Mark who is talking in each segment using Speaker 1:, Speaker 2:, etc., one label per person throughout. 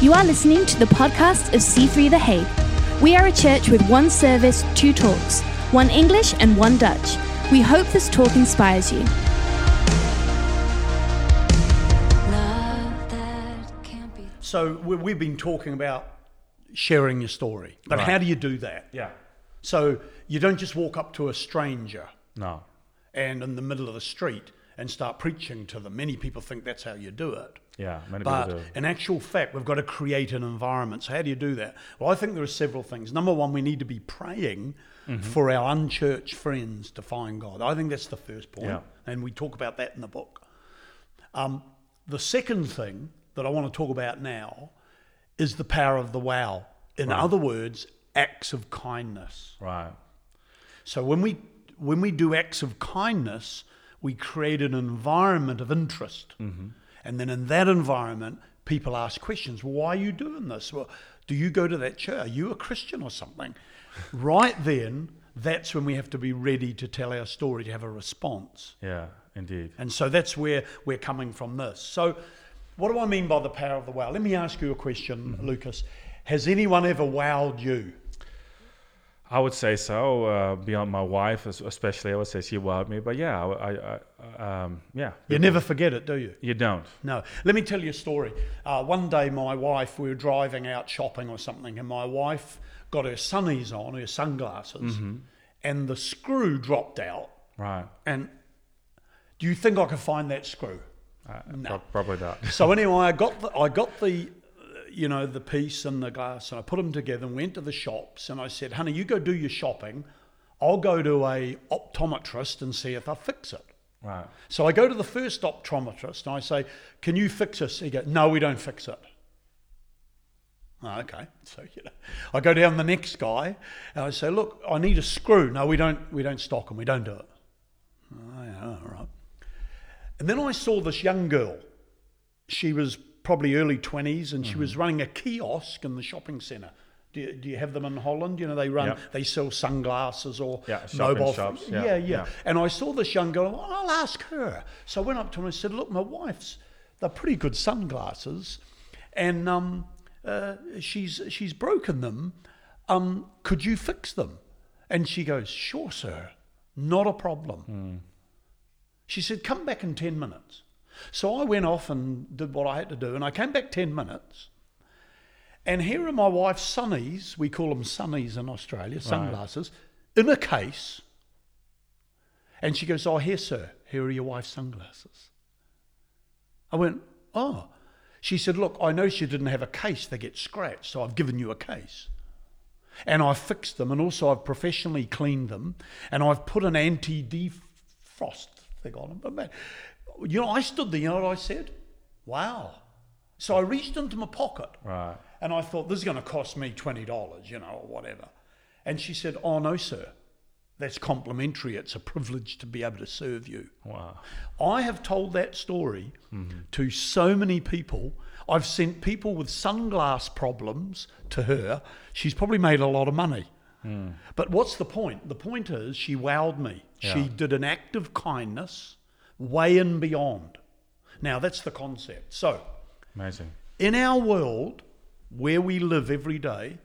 Speaker 1: You are listening to the podcast of C3 The Hague. We are a church with one service, two talks, one English and one Dutch. We hope this talk inspires you.
Speaker 2: Love that can't be
Speaker 3: So we- we've been talking about sharing your story, but
Speaker 4: Right.
Speaker 3: how do you do that?
Speaker 4: Yeah.
Speaker 3: So you don't just walk up to a stranger
Speaker 4: No.
Speaker 3: and in the middle of the street and start preaching to them. Many people think that's how you do it.
Speaker 4: Yeah. Many
Speaker 3: But
Speaker 4: people do.
Speaker 3: in actual fact, we've got to create an environment. So, how do you do that? Well, I think there are several things. Number one, we need to be praying for our unchurched friends to find God. I think that's the first point,
Speaker 4: Yeah.
Speaker 3: And we talk about that in the book. Um, the second thing that I want to talk about now is the power of the wow. In other words, acts of kindness.
Speaker 4: Right.
Speaker 3: So when we when we do acts of kindness, we create an environment of interest, and then in that environment, people ask questions. Why are you doing this? Well, do you go to that church? Are you a Christian or something? right then, that's when we have to be ready to tell our story, to have a response,
Speaker 4: Yeah. Indeed.
Speaker 3: and so that's where we're coming from. This. So, what do I mean by the power of the wow? Let me ask you a question, Lucas. Has anyone ever wowed you?
Speaker 4: I would say so. Uh, beyond my wife, es- especially, I would say she wowed me. But yeah, I, I, I um, yeah.
Speaker 3: You never forget it, do you?
Speaker 4: You don't.
Speaker 3: No. Let me tell you a story. Uh, one day, my wife, we were driving out shopping or something, and my wife got her sunnies on, her sunglasses,
Speaker 4: Mm-hmm.
Speaker 3: and the screw dropped out.
Speaker 4: Right.
Speaker 3: And do you think I could find that screw?
Speaker 4: Uh,
Speaker 3: No.
Speaker 4: prob- probably not.
Speaker 3: so anyway, I got the, I got the, uh, you know, the piece and the glass, and I put them together and went to the shops, and I said, "Honey, you go do your shopping. I'll go to a optometrist and see if I fix it."
Speaker 4: right.
Speaker 3: So I go to the first optometrist and I say, Can you fix this? He goes, No, we don't fix it. Oh, okay. So you know, I go down the next guy and I say, Look, I need a screw. No, we don't we don't stock them, we don't do it. Oh, yeah, all right. And then I saw this young girl. She was probably early 20s and she
Speaker 4: Mm-hmm.
Speaker 3: was running a kiosk in the shopping centre. Do you, do you have them in Holland? You know, they run,
Speaker 4: Yeah.
Speaker 3: they sell sunglasses or
Speaker 4: Yeah, shopping
Speaker 3: mobile
Speaker 4: shops,
Speaker 3: phones.
Speaker 4: yeah,
Speaker 3: yeah,
Speaker 4: yeah.
Speaker 3: And I saw this young girl. Well, I'll ask her. So I went up to her and said, "Look, my wife's they're pretty good sunglasses, and um, uh, she's she's broken them. Um, could you fix them?" And she goes, "Sure, sir. Not a
Speaker 4: Hmm.
Speaker 3: problem." She said, "Come back in ten minutes." So I went off and did what I had to do, and I came back ten minutes. And here are my wife's sunnies. We call them sunnies in Australia, sunglasses, in a case. And she goes, Oh, here, sir, here are your wife's sunglasses. I went, Oh. She said, Look, I know she didn't have a case. They get scratched, so I've given you a case. And I've fixed them, and also I've professionally cleaned them, and I've put an anti defrost thing on them. But man, you know, I stood there, you know what I said? Wow. So I reached into my pocket.
Speaker 4: Right.
Speaker 3: And I thought, this is going to cost me $20, you know, or whatever. And she said, Oh, no, sir. That's complimentary. It's a privilege to be able to serve you.
Speaker 4: Wow.
Speaker 3: I have told that story to so many people. I've sent people with sunglass problems to her. She's probably made a lot of money. But what's the point? The point is she wowed me. She
Speaker 4: Yeah.
Speaker 3: did an act of kindness way and beyond. Now, that's the concept. So,
Speaker 4: Amazing.
Speaker 3: in our world where we live every day,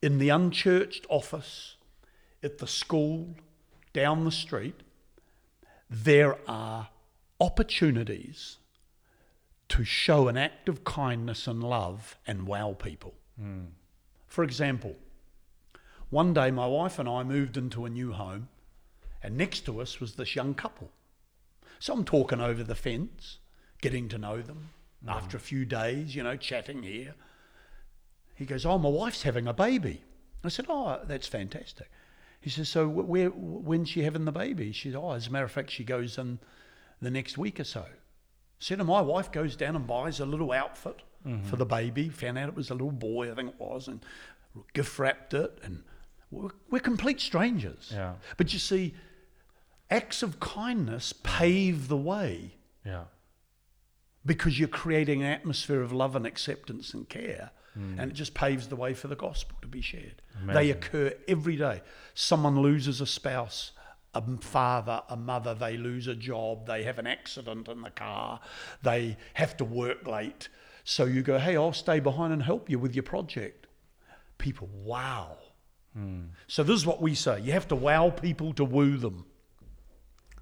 Speaker 3: in the unchurched office, at the school, down the street, there are opportunities to show an act of kindness and love and wow people. For example, one day my wife and I moved into a new home, and next to us was this young couple. So I'm talking over the fence, getting to know them after a few days, you know, chatting here. He goes, Oh, my wife's having a baby. I said, Oh, that's fantastic. He says, So wh- where, wh- when's she having the baby? She said, Oh, as a matter of fact, she goes in the next week or so. Said, and my wife goes down and buys a little outfit for the baby. Found out it was a little boy, I think it was, and gift wrapped it. And we're, we're complete strangers.
Speaker 4: Yeah.
Speaker 3: But you see, acts of kindness pave the way
Speaker 4: Yeah.
Speaker 3: because you're creating an atmosphere of love and acceptance and care. And it just paves the way for the gospel to be shared. They
Speaker 4: Amazing.
Speaker 3: occur every day. Someone loses a spouse, a m- father, a mother, they lose a job, they have an accident in the car, they have to work late. So you go, hey, I'll stay behind and help you with your project. People, wow. So this is what we say you have to wow people to woo them.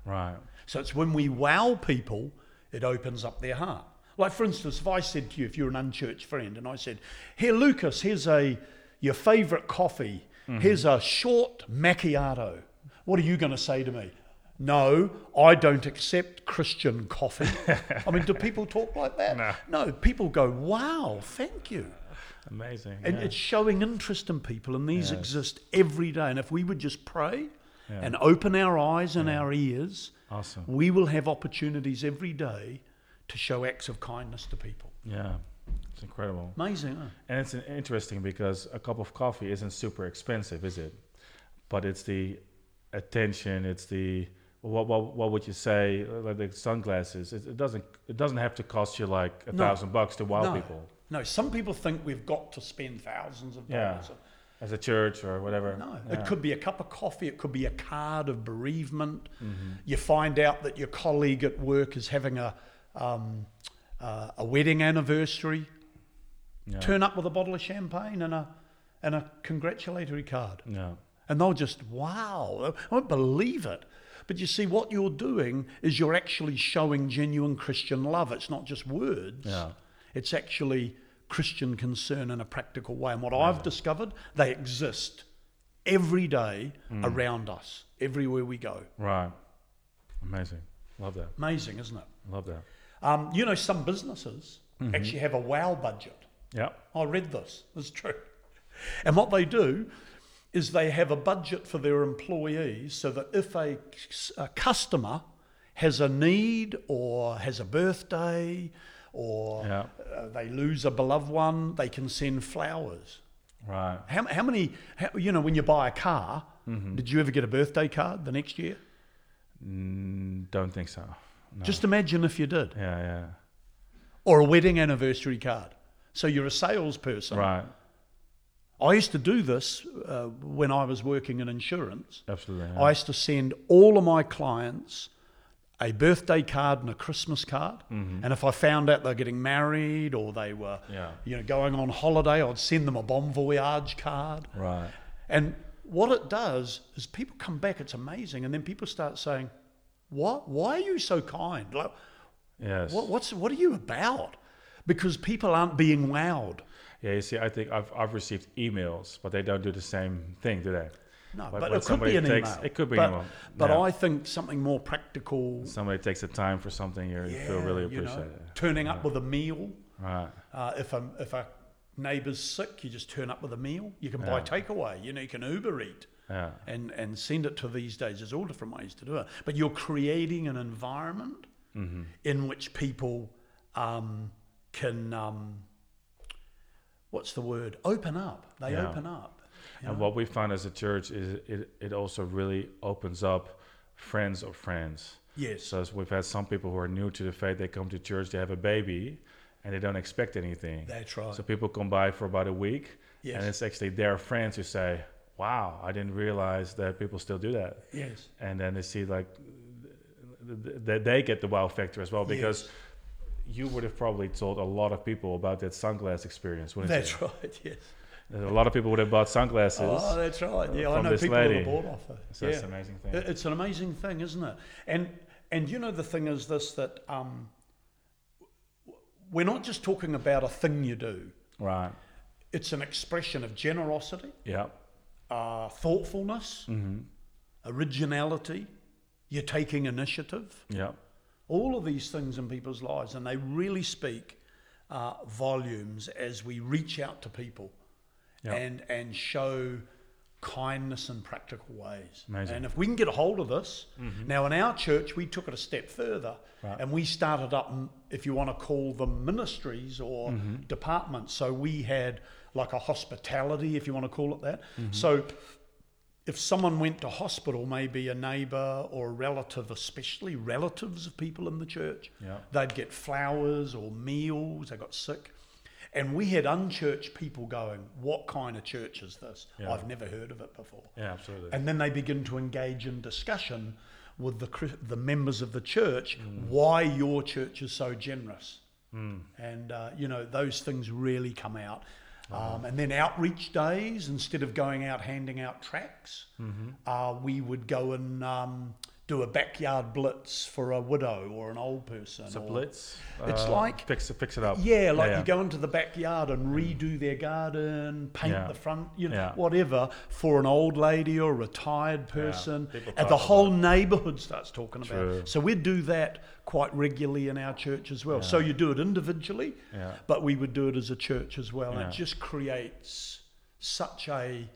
Speaker 4: Right.
Speaker 3: So it's when we wow people, it opens up their heart. Like, for instance, if I said to you, if you're an unchurched friend, and I said, Here, Lucas, here's a your favorite coffee, here's a short macchiato. What are you going to say to me? No, I don't accept Christian coffee. I mean, do people talk like that?
Speaker 4: No.
Speaker 3: no, people go, Wow, thank you.
Speaker 4: Amazing.
Speaker 3: And
Speaker 4: yeah.
Speaker 3: it's showing interest in people, and these exist every day. And if we would just pray
Speaker 4: Yeah.
Speaker 3: and open our eyes and our ears,
Speaker 4: Awesome.
Speaker 3: we will have opportunities every day to show acts of kindness to people.
Speaker 4: yeah. It's incredible.
Speaker 3: Amazing, huh?
Speaker 4: And it's uh, interesting because a cup of coffee isn't super expensive, is it? But it's the attention. It's the what what what would you say? uh, Like the sunglasses. It, it doesn't it doesn't have to cost you like a
Speaker 3: No.
Speaker 4: thousand bucks to wow
Speaker 3: no.
Speaker 4: people
Speaker 3: No, some people think we've got to spend thousands of
Speaker 4: Yeah.
Speaker 3: dollars.
Speaker 4: as a church or whatever.
Speaker 3: No,
Speaker 4: Yeah.
Speaker 3: it could be a cup of coffee, it could be a card of bereavement.
Speaker 4: Mm-hmm.
Speaker 3: You find out that your colleague at work is having a, um, uh, a wedding anniversary.
Speaker 4: Yeah.
Speaker 3: Turn up with a bottle of champagne and a, and a congratulatory card.
Speaker 4: No.
Speaker 3: And they'll just, wow, I won't believe it. But you see, what you're doing is you're actually showing genuine Christian love. It's not just words,
Speaker 4: Yeah.
Speaker 3: it's actually Christian concern in a practical way. And what I've discovered, they exist every day around us, everywhere we go.
Speaker 4: Right. Amazing. Love that.
Speaker 3: Amazing, isn't it?
Speaker 4: Love that.
Speaker 3: Um, you know, some businesses actually have a wow budget.
Speaker 4: Yeah.
Speaker 3: I read this. It's true. And what they do is they have a budget for their employees so that if a, a customer has a need or has a birthday or
Speaker 4: Yeah.
Speaker 3: uh, they lose a beloved one, they can send flowers.
Speaker 4: Right.
Speaker 3: How, how many, how, you know, when you buy a car,
Speaker 4: Mm-hmm.
Speaker 3: did you ever get a birthday card the next year?
Speaker 4: Mm, don't think so. No.
Speaker 3: Just imagine if you did,
Speaker 4: yeah. Yeah.
Speaker 3: or a wedding anniversary card. So you're a salesperson.
Speaker 4: Right.
Speaker 3: I used to do this uh, when I was working in insurance.
Speaker 4: Absolutely. yeah.
Speaker 3: I used to send all of my clients a birthday card and a Christmas card. And if I found out they're getting married or they were,
Speaker 4: Mm-hmm. Yeah.
Speaker 3: you know, going on holiday, I'd send them a bon voyage card.
Speaker 4: Right.
Speaker 3: And what it does is people come back. It's amazing, and then people start saying, "What? Why are you so kind? Like,
Speaker 4: Yes.
Speaker 3: what, what's what are you about?" Because people aren't being wowed.
Speaker 4: Yeah, you see, I think I've, I've received emails, but they don't do the same thing, do they?
Speaker 3: No,
Speaker 4: When-
Speaker 3: but
Speaker 4: when
Speaker 3: it could be
Speaker 4: somebody
Speaker 3: an
Speaker 4: takes,
Speaker 3: email.
Speaker 4: It could be
Speaker 3: but,
Speaker 4: an email.
Speaker 3: But
Speaker 4: yeah.
Speaker 3: I think something more practical.
Speaker 4: somebody takes the time for something, you you feel
Speaker 3: yeah,
Speaker 4: really
Speaker 3: you know,
Speaker 4: appreciated.
Speaker 3: Turning up with a meal.
Speaker 4: Right.
Speaker 3: Uh, if a if a neighbour's sick, you just turn up with a meal. You can buy takeaway. You know, you can Uber eat.
Speaker 4: Yeah.
Speaker 3: And, and send it to these days. There's all different ways to do it. But you're creating an environment
Speaker 4: Mm-hmm.
Speaker 3: in which people um, can, um, what's the word? Open up. They
Speaker 4: Yeah.
Speaker 3: open up.
Speaker 4: And what we find as a church is it, it also really opens up friends of friends.
Speaker 3: Yes.
Speaker 4: So as we've had some people who are new to the faith, they come to church, they have a baby, and they don't expect anything.
Speaker 3: That's right.
Speaker 4: So people come by for about a week,
Speaker 3: Yes.
Speaker 4: and it's actually their friends who say, wow, I didn't realize that people still do that.
Speaker 3: yes.
Speaker 4: and then they see like th- th- th- they get the wow factor as well because you would have probably told a lot of people about that sunglass experience wouldn't you?
Speaker 3: That's right. Yes.
Speaker 4: a lot of people would have bought sunglasses
Speaker 3: Oh, that's right. Yeah, I
Speaker 4: from
Speaker 3: know
Speaker 4: this
Speaker 3: people
Speaker 4: lady.
Speaker 3: that have bought off her.
Speaker 4: So
Speaker 3: yeah.
Speaker 4: that's an amazing thing.
Speaker 3: It- It's an amazing thing, isn't it? And and you know the thing is this that um, w- we're not just talking about a thing you do.
Speaker 4: right
Speaker 3: It's an expression of generosity,
Speaker 4: yeah
Speaker 3: uh, thoughtfulness,
Speaker 4: Mm-hmm.
Speaker 3: originality. You're taking initiative.
Speaker 4: yeah
Speaker 3: All of these things in people's lives, and they really speak uh, volumes as we reach out to people
Speaker 4: Yeah.
Speaker 3: and and show kindness in practical ways.
Speaker 4: Amazing. Mm-hmm.
Speaker 3: And if we can get a hold of this, now in our church we took it a step further, and we started up, m- if you want to call them ministries or
Speaker 4: Mm-hmm.
Speaker 3: departments. So we had like a hospitality, if you want to call it that.
Speaker 4: Mm-hmm.
Speaker 3: So if someone went to hospital, maybe a neighbour or a relative, especially relatives of people in the church,
Speaker 4: Yeah.
Speaker 3: they'd get flowers or meals. They got sick. And we had unchurched people going, What kind of church is this?
Speaker 4: Yeah.
Speaker 3: I've never heard of it before.
Speaker 4: yeah absolutely
Speaker 3: And then they begin to engage in discussion
Speaker 4: Mm.
Speaker 3: with the, cri- the members of the church why your church is so generous. And, uh, you know, those things really come out.
Speaker 4: Uh-huh.
Speaker 3: Um, and then outreach days, instead of going out handing out tracts,
Speaker 4: Mm-hmm.
Speaker 3: uh, we would go and um, do a backyard blitz for a widow or an old person.
Speaker 4: It's a
Speaker 3: or-
Speaker 4: blitz.
Speaker 3: It's
Speaker 4: uh,
Speaker 3: like-
Speaker 4: fix it, fix it up.
Speaker 3: Yeah, like
Speaker 4: yeah.
Speaker 3: you go into the backyard and redo their garden, paint
Speaker 4: Yeah.
Speaker 3: the front, you know,
Speaker 4: Yeah.
Speaker 3: whatever, for an old lady or a retired person.
Speaker 4: People
Speaker 3: And
Speaker 4: talk
Speaker 3: the
Speaker 4: about
Speaker 3: whole neighbourhood starts talking about
Speaker 4: True.
Speaker 3: it. So we do that quite regularly in our church as well. So you do it individually,
Speaker 4: Yeah.
Speaker 3: but we would do it as a church as well. And
Speaker 4: Yeah.
Speaker 3: it just creates such a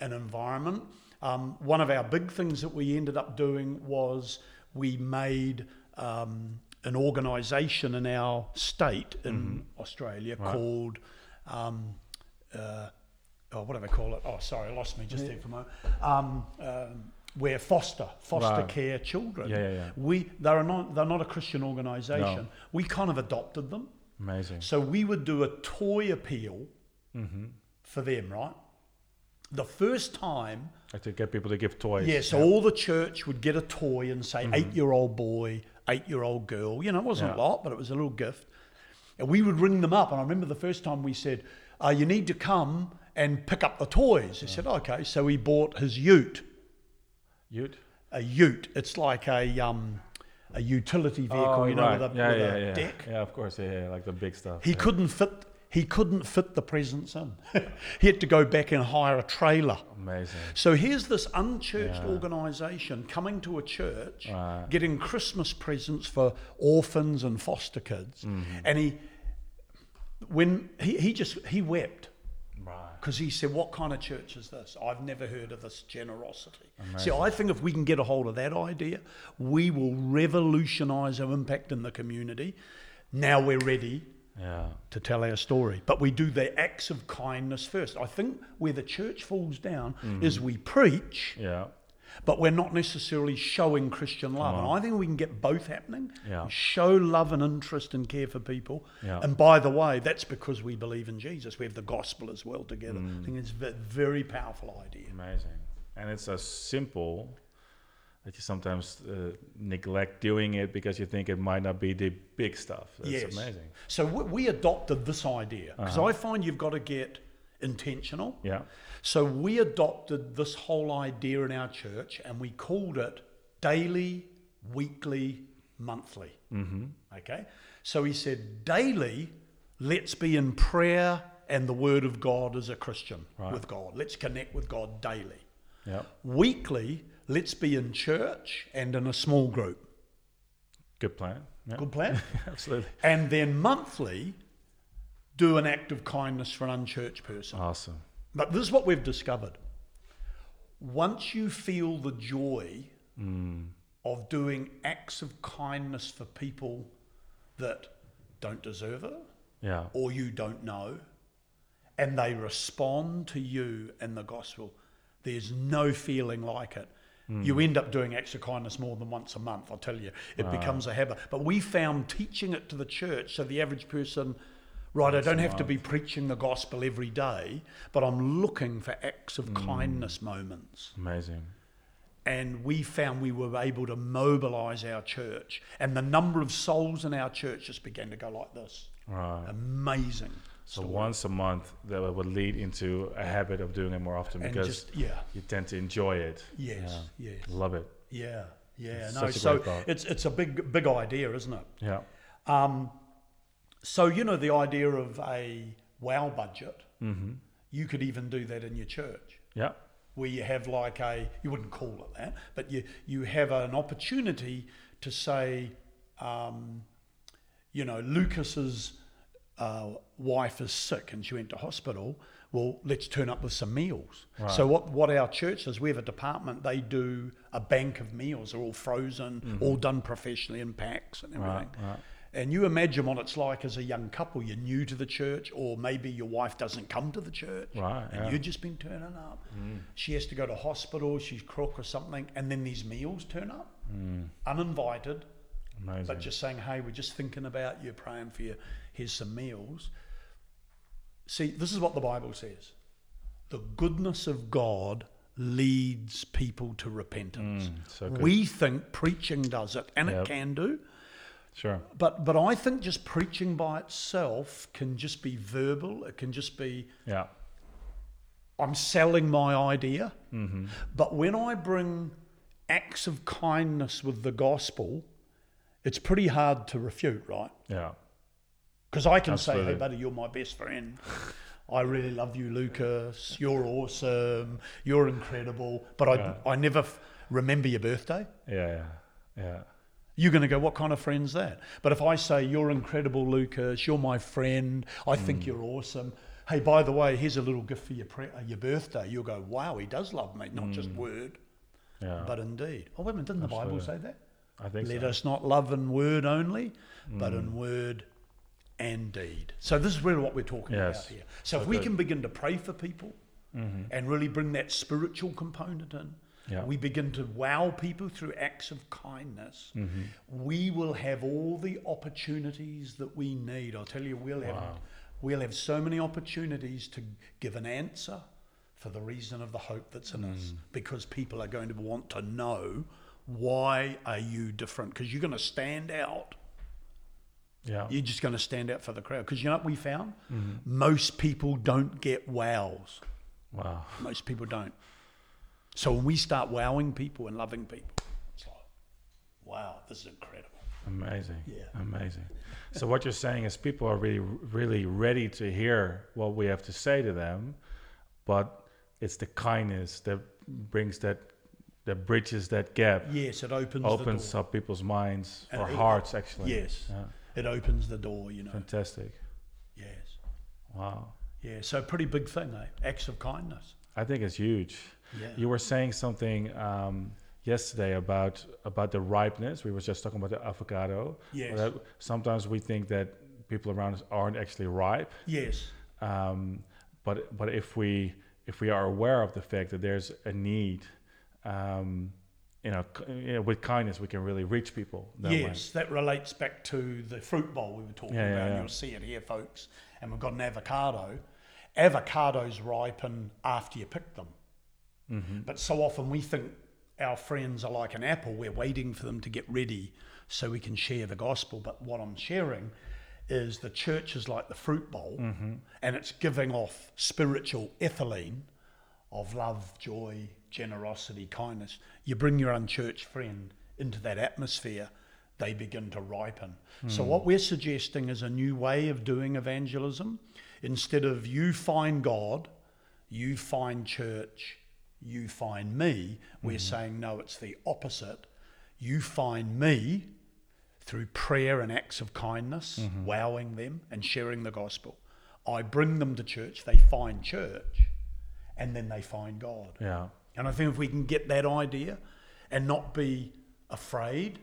Speaker 3: an environment. Um, one of our big things that we ended up doing was we made um, an organisation in our state in
Speaker 4: Mm-hmm.
Speaker 3: Australia called, um, uh, oh, what do they call it? Oh, sorry, I lost me just there for a moment. Um, um, where foster foster
Speaker 4: Right.
Speaker 3: care children.
Speaker 4: Yeah, yeah, yeah.
Speaker 3: We they're not they're not a Christian organisation. We kind of adopted them.
Speaker 4: Amazing.
Speaker 3: So we would do a toy appeal
Speaker 4: Mm-hmm.
Speaker 3: for them, right? The first time,
Speaker 4: Like to get people to give toys.
Speaker 3: yeah, so all the church would get a toy and say, eight year old boy, eight year old girl. You know, it wasn't a
Speaker 4: Mm-hmm. Yeah.
Speaker 3: lot, but it was a little gift. And we would ring them up. And I remember the first time we said, uh, you need to come and pick up the toys. They said, okay. So he bought his ute
Speaker 4: You'd.
Speaker 3: a ute. It's like a um, a utility vehicle, you know, with a,
Speaker 4: Oh, yeah,
Speaker 3: with
Speaker 4: yeah,
Speaker 3: a
Speaker 4: yeah.
Speaker 3: deck.
Speaker 4: Yeah, of course. Yeah, yeah, like the big stuff.
Speaker 3: He couldn't fit. He couldn't fit the presents in. he had to go back and hire a trailer.
Speaker 4: Amazing.
Speaker 3: So here's this unchurched organisation coming to a church, getting Christmas presents for orphans and foster kids, and he, when he, he just he wept
Speaker 4: Right.
Speaker 3: because he said, "What kind of church is this? I've never heard of this generosity." See, I think if we can get a hold of that idea, we will revolutionise our impact in the community. Now we're ready
Speaker 4: Yeah.
Speaker 3: to tell our story, but we do the acts of kindness first. I think where the church falls down is we preach,
Speaker 4: Yeah.
Speaker 3: but we're not necessarily showing Christian love. And I think we can get both happening.
Speaker 4: Yeah.
Speaker 3: Show love and interest and care for people.
Speaker 4: Yeah.
Speaker 3: And by the way, that's because we believe in Jesus. We have the gospel as well together.
Speaker 4: Mm.
Speaker 3: I think it's a very powerful idea.
Speaker 4: Amazing. And it's so simple that you sometimes uh, neglect doing it because you think it might not be the big stuff. That's
Speaker 3: yes.
Speaker 4: amazing. Uh-huh.
Speaker 3: So we, we adopted this idea because I find you've got to get intentional.
Speaker 4: Yeah.
Speaker 3: So we adopted this whole idea in our church and we called it daily, weekly, monthly. Mm-hmm. Okay. So he said, daily, let's be in prayer and the word of God as a Christian with God. Let's connect with God daily.
Speaker 4: Yeah.
Speaker 3: Weekly, let's be in church and in a small group.
Speaker 4: Good plan. Yeah.
Speaker 3: Good plan?
Speaker 4: Absolutely.
Speaker 3: and then monthly, do an act of kindness for an unchurched person.
Speaker 4: Awesome.
Speaker 3: But this is what we've discovered. Once you feel the joy of doing acts of kindness for people that don't deserve it
Speaker 4: Yeah.
Speaker 3: or you don't know, and they respond to you and the gospel, there's no feeling like it. You end up doing acts of kindness more than once a month, I'll tell you. It becomes a habit. But we found teaching it to the church, so the average person, right, I don't have to be preaching the gospel every day, but I'm looking for acts of kindness moments
Speaker 4: Amazing.
Speaker 3: and we found we were able to mobilize our church and the number of souls in our church just began to go like this
Speaker 4: Right.
Speaker 3: amazing
Speaker 4: So once a month, that would lead into a habit of doing it more often
Speaker 3: and
Speaker 4: because
Speaker 3: just yeah
Speaker 4: you tend to enjoy it.
Speaker 3: yes yes
Speaker 4: Love it.
Speaker 3: yeah yeah
Speaker 4: It's
Speaker 3: no
Speaker 4: such a
Speaker 3: so
Speaker 4: great thought.
Speaker 3: it's it's a big big idea isn't it
Speaker 4: Yeah.
Speaker 3: so you know the idea of a wow budget
Speaker 4: Mm-hmm.
Speaker 3: you could even do that in your church
Speaker 4: Yeah.
Speaker 3: where you have like a you wouldn't call it that, but you you have an opportunity to say, um, you know, Lucas's uh, wife is sick and she went to hospital. Well, let's turn up with some meals. So what what our church does, we have a department. They do a bank of meals. They're all frozen,
Speaker 4: Mm-hmm.
Speaker 3: all done professionally in packs and everything. And you imagine what it's like as a young couple. You're new to the church, or maybe your wife doesn't come to the church,
Speaker 4: Right,
Speaker 3: and
Speaker 4: yeah. Mm.
Speaker 3: you just been turning up. She has to go to hospital, she's crook or something, and then these meals turn up,
Speaker 4: Mm.
Speaker 3: uninvited,
Speaker 4: Amazing.
Speaker 3: but just saying, hey, we're just thinking about you, praying for you, here's some meals. See, this is what the Bible says the goodness of God leads people to repentance.
Speaker 4: Mm, so good.
Speaker 3: we think preaching does it, and
Speaker 4: Yep.
Speaker 3: it can do.
Speaker 4: Sure.
Speaker 3: But but I think just preaching by itself can just be verbal. It can just be
Speaker 4: Yeah.
Speaker 3: I'm selling my idea.
Speaker 4: Mm-hmm.
Speaker 3: But when I bring acts of kindness with the gospel, it's pretty hard to refute, right?
Speaker 4: Yeah.
Speaker 3: Because I can say,
Speaker 4: Absolutely.
Speaker 3: hey, buddy, you're my best friend. I really love you, Lucas. You're awesome. You're incredible. But I, I never f- remember your birthday.
Speaker 4: Yeah. Yeah. Yeah.
Speaker 3: You're going to go, what kind of friend's that? But if I say, you're incredible, Lucas. You're my friend. I think you're awesome. Hey, by the way, here's a little gift for your, pre- uh, your birthday. You'll go, wow, he does love me. Not just word,
Speaker 4: Yeah.
Speaker 3: but indeed. Oh, wait a minute, didn't the Bible say that?
Speaker 4: I think
Speaker 3: Let
Speaker 4: so. Hmm.
Speaker 3: us not love in word only, but in word and deed. So this is really what we're talking
Speaker 4: Yes.
Speaker 3: about here. So if we can begin to pray for people and really bring that spiritual component in,
Speaker 4: Yeah.
Speaker 3: we begin to wow people through acts of kindness. We will have all the opportunities that we need. I'll tell you, we'll have we'll have so many opportunities to give an answer for the reason of the hope that's in us, because people are going to want to know why are you different? Because you're going to stand out
Speaker 4: Yeah.
Speaker 3: you're just going to stand out for the crowd. Because you know what we found? Most people don't get wows.
Speaker 4: Wow.
Speaker 3: Most people don't. So when we start wowing people and loving people, it's like, wow, this is incredible.
Speaker 4: Amazing.
Speaker 3: Yeah.
Speaker 4: Amazing. so what you're saying is people are really really ready to hear what we have to say to them, but it's the kindness that brings that that bridges that gap.
Speaker 3: Yes, it opens
Speaker 4: Opens
Speaker 3: the
Speaker 4: up people's minds
Speaker 3: And
Speaker 4: or
Speaker 3: it-
Speaker 4: hearts
Speaker 3: door.
Speaker 4: actually.
Speaker 3: Yes,
Speaker 4: Yeah.
Speaker 3: it opens the door, you know.
Speaker 4: Fantastic.
Speaker 3: Yes.
Speaker 4: Wow.
Speaker 3: Yeah, so pretty big thing, eh? Acts of kindness.
Speaker 4: I think it's huge.
Speaker 3: Yeah.
Speaker 4: You were saying something um, yesterday about about the ripeness. We were just talking about the avocado.
Speaker 3: Yes.
Speaker 4: That sometimes we think that people around us aren't actually ripe,
Speaker 3: Yes,
Speaker 4: um, but but if we if we are aware of the fact that there's a need, um, you know, c- you know, with kindness we can really reach people. that way.
Speaker 3: yes, that relates back to the fruit bowl we were talking
Speaker 4: Yeah, yeah,
Speaker 3: about.
Speaker 4: yeah.
Speaker 3: You'll see it here, folks. And we've got an avocado. Avocados ripen after you pick them. But so often we think our friends are like an apple. We're waiting for them to get ready so we can share the gospel. But what I'm sharing is the church is like the fruit bowl and it's giving off spiritual ethylene of love, joy, generosity, kindness. You bring your unchurched friend into that atmosphere, they begin to ripen. So, what we're suggesting is a new way of doing evangelism. Instead of you find God, you find church, you find me, we're saying no, it's the opposite. You find me through prayer and acts of kindness, wowing them and sharing the gospel. I bring them to church, they find church, and then they find God.
Speaker 4: Yeah.
Speaker 3: And I think if we can get that idea and not be afraid,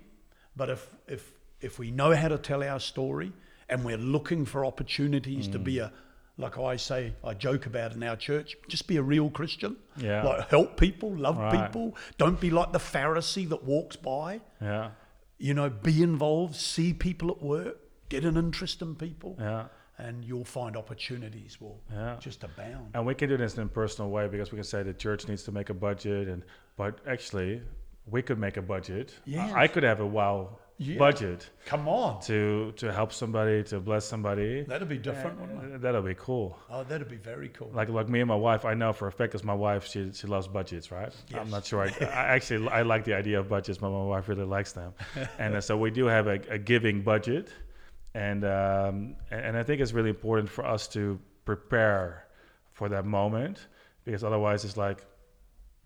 Speaker 3: but if if if we know how to tell our story and we're looking for opportunities to be a like I say, I joke about in our church, just be a real Christian.
Speaker 4: Yeah.
Speaker 3: Like help people, love
Speaker 4: Right.
Speaker 3: people. Don't be like the Pharisee that walks by.
Speaker 4: Yeah.
Speaker 3: You know, be involved, see people at work, get an interest in people.
Speaker 4: Yeah.
Speaker 3: And you'll find opportunities will
Speaker 4: Yeah.
Speaker 3: just abound.
Speaker 4: And we can do this in a personal way because we can say the church needs to make a budget, and but actually, we could make a budget. I-
Speaker 3: Yes.
Speaker 4: I could have a wow
Speaker 3: Yeah.
Speaker 4: budget
Speaker 3: Come on.
Speaker 4: to to help somebody, to bless somebody.
Speaker 3: That'd be different, wouldn't it?
Speaker 4: Uh, That'll be cool.
Speaker 3: Oh, that'd be very cool.
Speaker 4: Like like me and my wife, I know for a fact because my wife she she loves budgets, right? I'm
Speaker 3: Yes.
Speaker 4: not sure. I, I actually I like the idea of budgets, but my wife really likes them, and uh, so we do have a, a giving budget, and um, and and I think it's really important for us to prepare for that moment because otherwise it's like.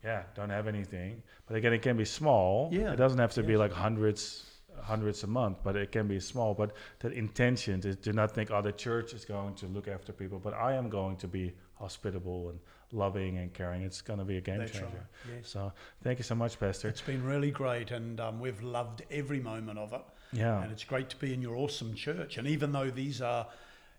Speaker 4: Yeah, don't have anything. But again, it can be small.
Speaker 3: Yeah.
Speaker 4: It doesn't have to be like hundreds, hundreds a month, but it can be small. But that intention to do not think, oh, the church is going to look after people, but I am going to be hospitable and loving and caring. It's going to be a game
Speaker 3: That's
Speaker 4: changer.
Speaker 3: right, yes.
Speaker 4: So thank you so much, Pastor.
Speaker 3: It's been really great, and um, we've loved every moment of it.
Speaker 4: Yeah.
Speaker 3: And it's great to be in your awesome church. And even though these are,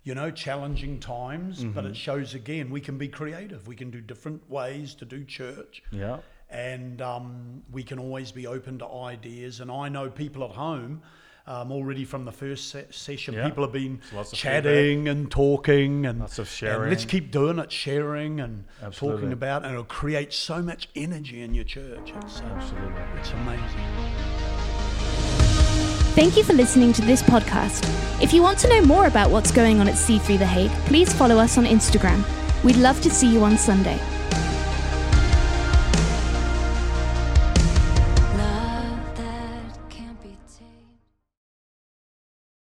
Speaker 3: you know, challenging times, but it shows again we can be creative. We can do different ways to do church.
Speaker 4: Yeah.
Speaker 3: and um, we can always be open to ideas. And I know people at home um, already from the first se- session,
Speaker 4: Yeah.
Speaker 3: people have been
Speaker 4: There's lots of
Speaker 3: chatting and talking and
Speaker 4: Lots of
Speaker 3: and
Speaker 4: sharing.
Speaker 3: let's keep doing it, sharing and
Speaker 4: Absolutely.
Speaker 3: talking about, and it'll create so much energy in your church. It's, uh,
Speaker 4: Absolutely.
Speaker 3: it's amazing.
Speaker 1: Thank you for listening to this podcast. If you want to know more about what's going on at C3 The Hague, please follow us on Instagram. We'd love to see you on Sunday.